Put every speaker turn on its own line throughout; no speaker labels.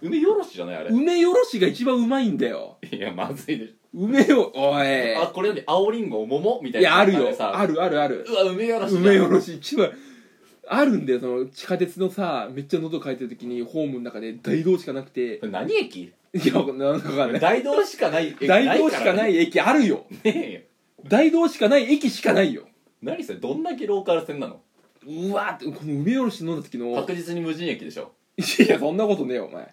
梅よろしじゃないあれ
梅よろしが一番うまいんだよ
いやまずいでし
梅よおい
ょあこれより青りんご桃みたい
い
な
やあるよ
れさ
あるあるある
うわ梅よろしだ
梅よろし一番あるんだよその地下鉄のさめっちゃ喉かいてる時にホームの中で大道しかなくて
これ何駅
いやなんかわかんない
大道しかない駅
大道しかないい駅あるよ
ねえよ
大道しかない駅しかないよ
何それどんだけローカル線なの
うわーってこの梅よろし飲んだ時の
確実に無人駅でしょ
いやそんなことねえよお前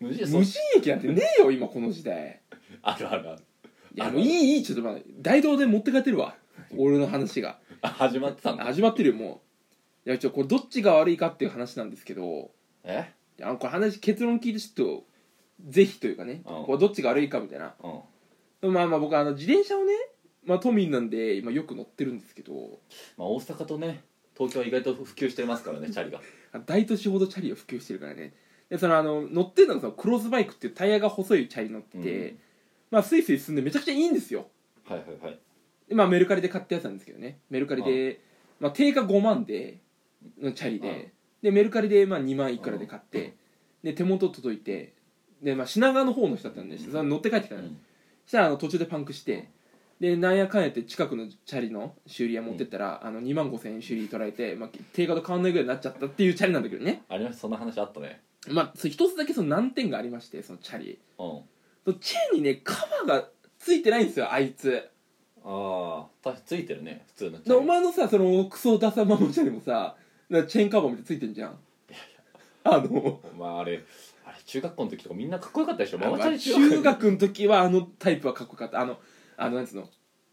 無人
無人駅なんてねえよ今この時代
あるあるある
いや
あ
もういいいいちょっと待って大道で持って帰ってるわ俺の話が
あ始まってたんだ
始まってるよもういやちょこれどっちが悪いかっていう話なんですけど
え
いやこれ話結論聞いてちょっとぜひというかね
うん
これどっちが悪いかみたいな
うん
まあまあ僕あの自転車をね、まあ、都民なんで今よく乗ってるんですけど
まあ大阪とね東京は意外と普及してますからねチャリが
大都市ほどチャリを普及してるからねでそのあの乗ってるのがそのクロスバイクっていうタイヤが細いチャリ乗ってて、
うん
まあスイスイ進んでめちゃくちゃいいんですよ
はいはいはい
でまあメルカリで買ったやつなんですけどねメルカリで、まあ、定価5万でのチャリで、
うん
でメルカリでまあ2万いくらで買って、で手元届いてで、まあ、品川の方の人だったんで、
うん
それ乗って帰ってきた
う
の、
ん
そしたらあの途中でパンクしてでなんやかんやって近くのチャリの修理屋持ってったら、あの2万5千円修理取られて、まあ、定価と変わんないぐらいになっちゃったっていうチャリなんだけどね
ありましたそんな話あったね
まあそう一つだけその難点がありましてそのチャリ
うん
そのチェーンにねカバーがついてないんですよあいつ
ああたついてるね普通のチ
で
ャ
お
リ
前のさそのクソダサマモチャリもさなチェーンカバーみたいについてんじゃんあの
まああれあれ中学校の時とかみんなかっこよかったでしょママチャリ
中学の時はあのタイプはかっこよかったあのあのなんつうの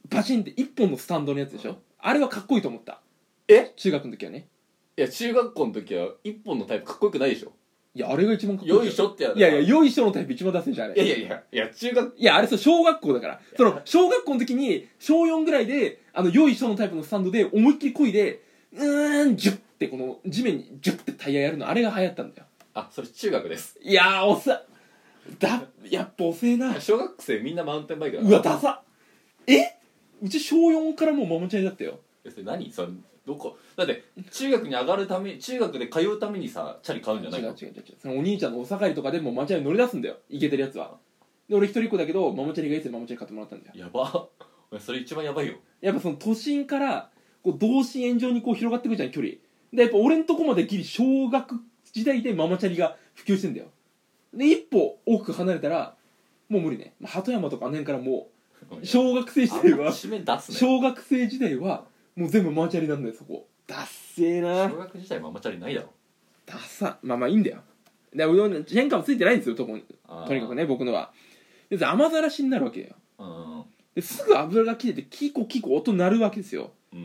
パチンって一本のスタンドのやつでしょ、
うん
あれはかっこいいと思った
え
中学の時はね
いや中学校の時は一本のタイプかっこよくないでしょ
いやあれが一番かっこいい
よいしょってやる
いやいやよいしょのタイプ一番ダセいじゃんあれ
いやいやいやいや中学
いや、あれそう、小学校だから。その、小学校の時に、小4ぐらいで、あの、良い人のタイプのスタンドで、思いっきり漕いで、うーん、ジュッって、この、地面にジュッってタイヤやるの、あれが流行ったんだよ。
あそれ中学です
いやー、おさ、だ、やっぱ遅えな。
小学生みんなマウンテンバイクだ
うわ、ダサ。えうち小4からもうママチャリだったよ。
えそれ何それどこだって中学に上がるため中学で通うためにさチャリ買うん
違
じ
う
ゃない
違う
の
違う違う。そのお兄ちゃんのお下がりとかでもうママチャリ乗り出すんだよ。いけてるやつは。で、俺一人っ子だけど、ママチャリがいつでママチャリ買ってもらったんだよ。
やばお前それ一番やばいよ
やっぱその都心からこう同心円状にこう広がってくるじゃん距離でやっぱ俺んとこまでギリ小学時代でママチャリが普及してんだよで一歩奥離れたらもう無理ねまあ鳩山とかあの辺からもう小学生時代
あんま
は
締め出すね
小学生時代はもう全部ママチャリなんだよそこダッセーな
小学時代ママチャリないだろ
ダッサまあまあいいんだよでうどんチェーンカーもついてないんですよとこに
あー
とにかくね僕のはで雨ざらしになるわけだよ
うん
ですぐ油が切れてキコキコ音鳴るわけですよ
うん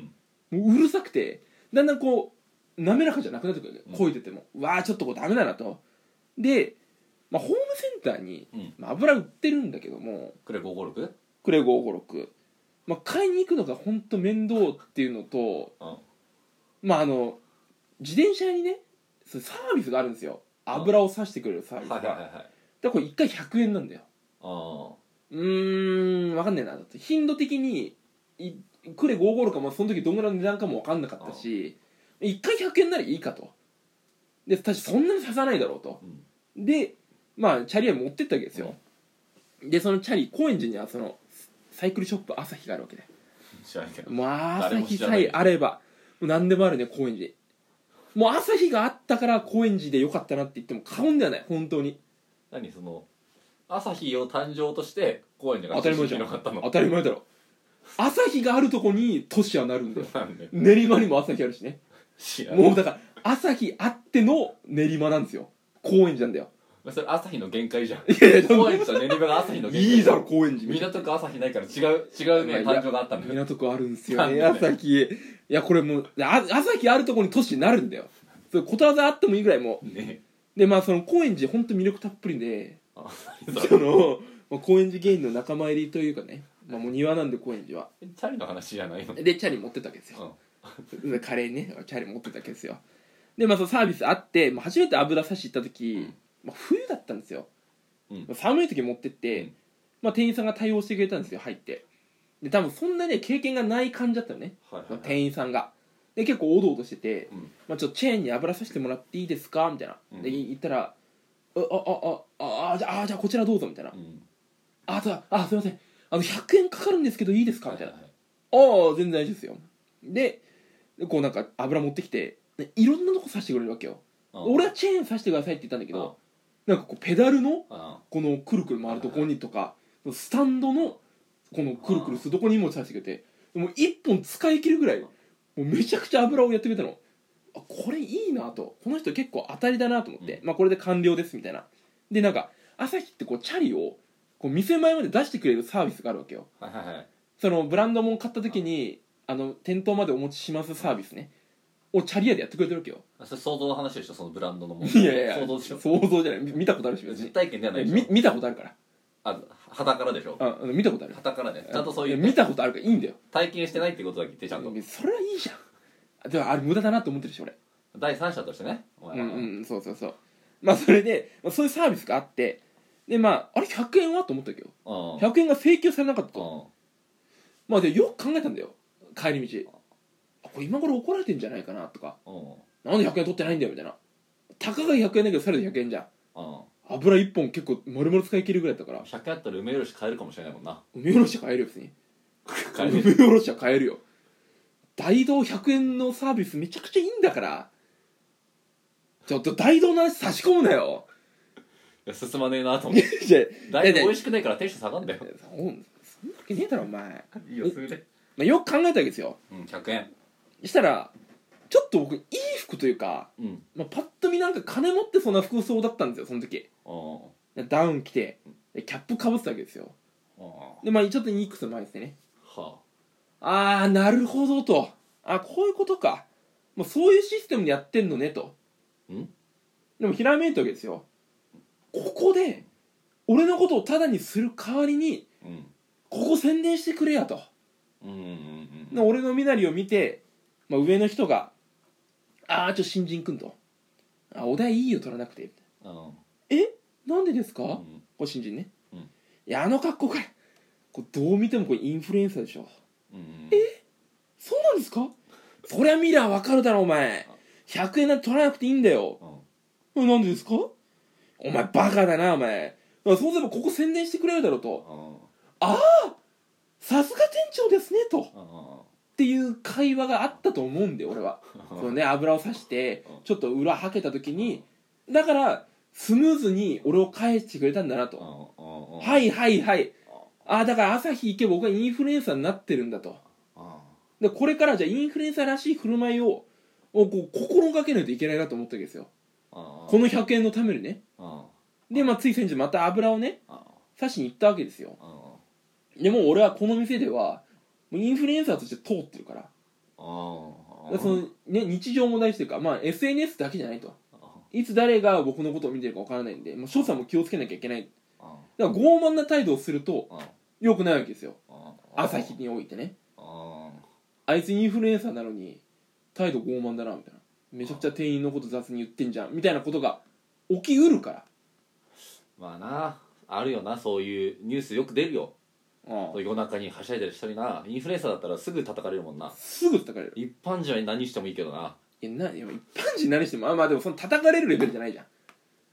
もううるさくてだんだんこう滑らかじゃなくなってくる
うん
こいでても、うわあちょっとこうダメだなとで、まあ、ホームセンターに、
うん
まあ、油売ってるんだけども
これ 556?
クレ556、まあ、買いに行くのが本当面倒っていうのと
うん
まああの自転車にねそうサービスがあるんですよ油をさしてくれるサービスが、
はいはいはいはい
だからこれ1回100円なんだよ
あ
うーん分かんねえなだって頻度的にいクレ55かもその時どんぐらいの値段かも分かんなかったし1回100円ならいいかとで私そんなに刺さないだろうと
あうん
でまあチャリは持ってったわけですよ、でそのチャリ高円寺にはそのサイクルショップ朝日があるわけで
知らんけど
もう朝
誰も
日
知ら
さ
ない
えあればもう何でもあるね高円寺もう朝日があったから高円寺でよかったなって言っても過言ではない本当に
何その朝日を誕生として高円寺が
当たり前じゃん
広がったの
当たり前だろ朝日があるとこに都市はなるんだよ
なんで
練馬にも朝日あるしね
知らん
もうだから朝日あっての練馬なんですよ高円寺なんだよ
それ朝日の限界じゃん
いやいや
高円寺と練馬が朝日の限界
いいだろ高円寺
港区朝日ないから違う違うね
まあいや
誕生があったんだよ
港区あるんですよね
なんでね
朝日いやこれもうあ朝日あるとこに都市になるんだよそれことわざあってもいいぐらいも
ね
うでまあその高円寺ほんと魅力たっぷりで
あ
その、まあ、高円寺芸人の仲間入りというかね、まあ、もう庭なんで高円寺は
チャリの話じゃないの
でチャリ持ってったわけですよでカレーねチャリ持ってたわけですよでまあそのサービスあって、まあ、初めて油差し行った時、まあ、冬だったんですよ、
うん
まあ寒い時持ってって、
うん
まあ、店員さんが対応してくれたんですよ入ってで多分そんなね経験がない感じだったのね、
はい
まあ
はいはい
店員さんがで結構おどおどしてて、
うん
まあ、ちょっとチェーンに油さしてもらっていいですかみたいな、で
うん
言ったらあああああじゃああじゃあこちらどうぞみたいな
うん
「あとはあすいませんあの100円かかるんですけどいいですか?」みたいな
はい
「ああ全然大丈夫ですよ」でこうなんか油持ってきてねいろんなとこ刺してくれるわけよ
はいうん
俺はチェーン刺してくださいって言ったんだけどなんかこうペダルの
うん
このくるくる回るとこにとかスタンドのこのくるくるするとこにも刺してくれてもう1本使い切るぐらいもうめちゃくちゃ油をやってくれたのあこれいいなとこの人結構当たりだなと思って、まあ、これで完了ですみたいなでなんか朝日ってこうチャリをこう店前まで出してくれるサービスがあるわけよ
はいはいはい
そのブランドもん買った時にあの店頭までお持ちしますサービスねをチャリ屋でやってくれてる わけよ
それ想像の話でしょそのブランドのもの
いやいやいや
想像でしょ
想像じゃないみ見たことあるし別
実
に
体験ではないで
み
しょ
見たことあるから
あ肌からでしょ
ああの見たことある
肌からねちゃんとそうい
いうや見たことあるからいいんだよ
体験してないってことだけ言ってちゃんと
それはいいじゃんあでもあれ無駄だなと思ってるし俺
第三者としてねお
う
前は
んうんそうそうそうまあそれで、まあ、そういうサービスがあってでまああれ100円はと思ったけど
うん
100円が請求されなかったと
う
まあでよく考えたんだよ帰り道あこれ今頃怒られてんじゃないかなとか
んうん
なんで100円取ってないんだよみたいなたかが100円だけどされど100円じゃん
う
油1本結構丸々使い切るぐらいだったから
ん100円あったら梅よろし買えるかもしれないもん な
梅おろしは買えるよ別に
買え
梅
る
おろしは買えるよ大道100円のサービスめちゃくちゃいいんだからちょっと大道の話差し込む なよ
いや進まねえなと思
い
っ
や
て
いやい
だいぶ
や
美味しくないからテンション下がんだよ
そんそんなわけねえだろお前、ま
いいよそれで
あ、よく考えたわけですよ
うん100円
したらちょっと僕いい服というか、
うんうん
まあ、パッと見なんか金持ってそうな服装だったんですよその時ダウン着てでキャップかぶってたわけですよ
うんは
でまあちょっとニックスの前ですね
あ
ああなるほどとあこういうことかもうそういうシステムでやってんのねと
うん
でもひらめいたわけですよここで俺のことをタダにする代わりに
うん
ここ宣伝してくれやと
うんうんうん
で俺の身なりを見て、まあ、上の人が「ああちょ新人くん」と「あお題いいよ取らなくて」
うん
なんでですか、
う
こ
ん
れ新人ね、
うん
いやあの格好かいこれどう見てもこれインフルエンサーでしょ
うん
そうなんですかそりゃミラーわかるだろお前100円なんて取らなくていいんだよ
うん
えなんでですかお前バカだなお前そうすればここ宣伝してくれるだろうと
うん
さすが店長ですねとっ
うん
ていう会話があったと思うんで俺はそのね油をさして
うん
ちょっと裏はけた時にだからスムーズに俺を返してくれたんだな
うん
と
うんうん
はいはいはいああだから朝日行けば僕はインフルエンサーになってるんだと
うん
でこれからじゃあインフルエンサーらしい振る舞いををこう心がけないといけないなと思ったわけですよ
うん
この100円のためにね
うんうん
でまあつい先日また油をね刺しに行ったわけですよ
うんうん
でもう俺はこの店ではもうインフルエンサーとして通ってるからだからその、ね、日常も大事というか、まあ、SNS だけじゃないといつ誰が僕のことを見てるかわからないんで、まあ、所作も気をつけなきゃいけないだから傲慢な態度をすると良くないわけですよ朝日においてねあいつインフルエンサーなのに態度傲慢だなみたいなめちゃくちゃ店員のこと雑に言ってんじゃんみたいなことが起きうるから
まあなあるよなそういうニュースよく出るよ
ああ
夜中にはしゃいでる人になインフルエンサーだったらすぐ叩かれるもんな
すぐ叩かれる
一般人は何してもいいけどない
やないや一般人何してもあまあでもその叩かれるレベルじゃないじゃん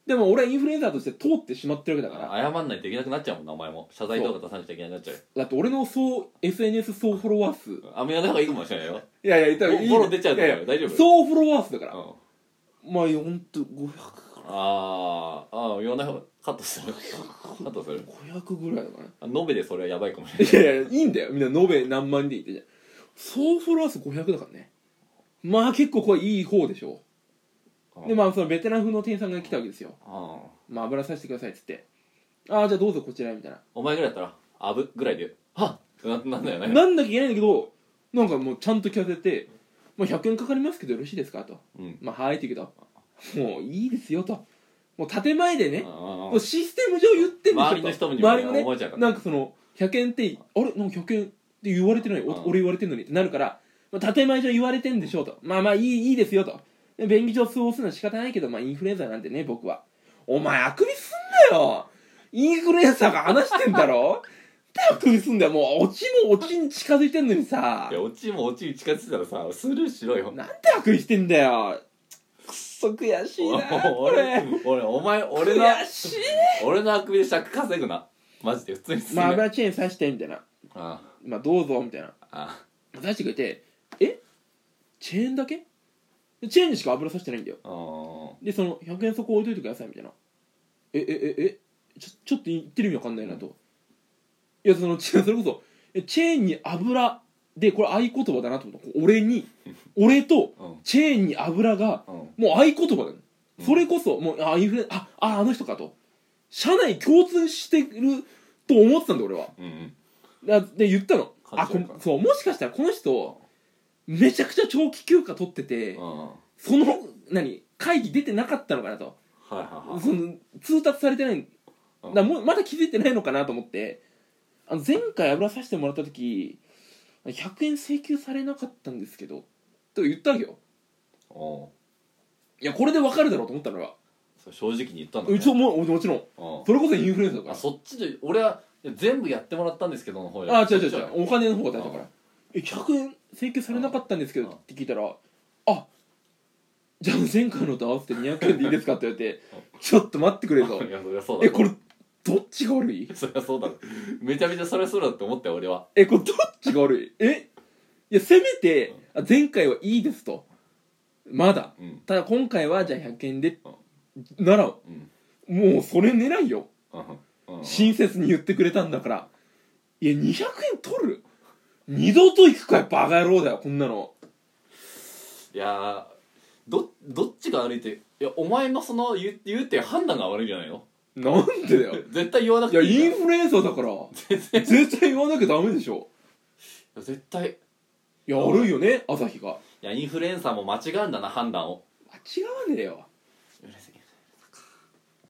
でも俺はインフルエンサーとして通ってしまってるわけだから
謝んないといけなくなっちゃうもん名前も謝罪動画出さなきゃいけなくなっちゃう
だって俺の総 SNS 総フォロワー数い
あめやった方がいいかもしれないよ
やいや言ったらいい
ボロ出ちゃうから
いやいや
大丈夫
総フォロワー数だから、
うん
まあほんと500500
あーあー言わない方がカットするカットする
500ぐらいだからね
あ延べでそれはやばいかもしれない
いやいやいいんだよみんな延べ何万人いてじゃん総フォロワー数500だからねまあ結構これいい方でしょ
うん
でまあそのベテラン風の店員さんが来たわけですよ
うん
まあ油させてくださいっつってああじゃあどうぞこちらへみたいな
お前ぐらいだったらあぶぐらいではっななんだよね
なんなきゃいけないんだけどなんかもうちゃんと聞かせて「まあ、100円かかりますけどよろしいですか?」と
うん
「まあはい」って言うけど「もういいですよ」ともう建前でねも
う
うんシステム上言ってんでしょ
周りの人も
周りも
思
ね
えちゃうから
なんかその100円ってあれなんか100円って言われてないお
うん
俺言われてんのにってなるから、まあ、建前上言われてんでしょうとまあまあいいいいですよとで便宜上通報するのは仕方ないけどまあインフルエンサーなんでね僕はお前あくびすんなよインフルエンサーが話してんだろなんであくびすんだよもうオチもオチに近づいてんのにさ
いやオチもオチに近づいたらさスルーしろよ
なんであくびしてんだよくっそ悔しいなこ
俺
れ
俺お前俺の
悔 しい
俺のあくびで尺稼ぐなマジで普通に進
まあ
め、
油チェーン刺してみたいな
あ
まあどうぞみたいな
あ
刺してくれてえチェーンだけチェーンにしか油刺してないんだよ
ああ
でその100円そこ置いといてくださいみたいなええええちょちょっと言ってる意味わかんないなと、いやその ちそれこそえチェーンに油でこれ合言葉だなと思ったこう 俺に俺と
うん
チェーンに油が
うん
もう合言葉だよ、
うん
それこそもうあインフルエンあああの人かと社内共通してると思ってたんだ俺は
うん
だで言ったの
感
あ
じ
こ
るから
そうもしかしたらこの人めちゃくちゃ長期休暇取ってて
うんは
その何会議出てなかったのかなと
いはいはい
その通達されてない
うん
だもうまだ気づいてないのかなと思ってあの前回油さしてもらった時100円請求されなかったんですけどと言ったわけよ
おう
いやこれでわかるだろうと思ったのが
そう正直に言ったんだ、
う
ね、
ちもももちろん
うん
それこそインフルエンサーだ
あ
か
そっちで俺はいや全部やってもらったんですけどの方
らあ違う違
そっ
う
ち
違
は
うお金の方が大事だからえ100円請求されなかったんですけ
う
ど
ん
って聞いたらあじゃあ前回のと合わせて200円でいいですかって言われ てちょっと待ってくれ と
いやそりゃそうだ
えこれどっちが悪い
そりゃそうだめちゃめちゃそりゃそうだって思ったよ俺は
えこれどっちが悪いえいやせめてあ前回はいいですとまだ
うん
ただ今回はじゃあ100円でなら
うん
もうそれ狙いよ
うんうん
親切に言ってくれたんだからいや200円取る二度と行くかよバカ野郎だよこんなの
いやーどどっちが悪いっていやお前のその言う言うって判断が悪いんじゃないの
なんでだよ
絶対言わなく
いや
ていい
イ
じゃ
ン
んい
フルエンサーだから絶対言わなきゃダメでしょ
や絶対い
いや悪いよね朝日が
やインフルエンサーも間違うんだな判断を
間違わねえよ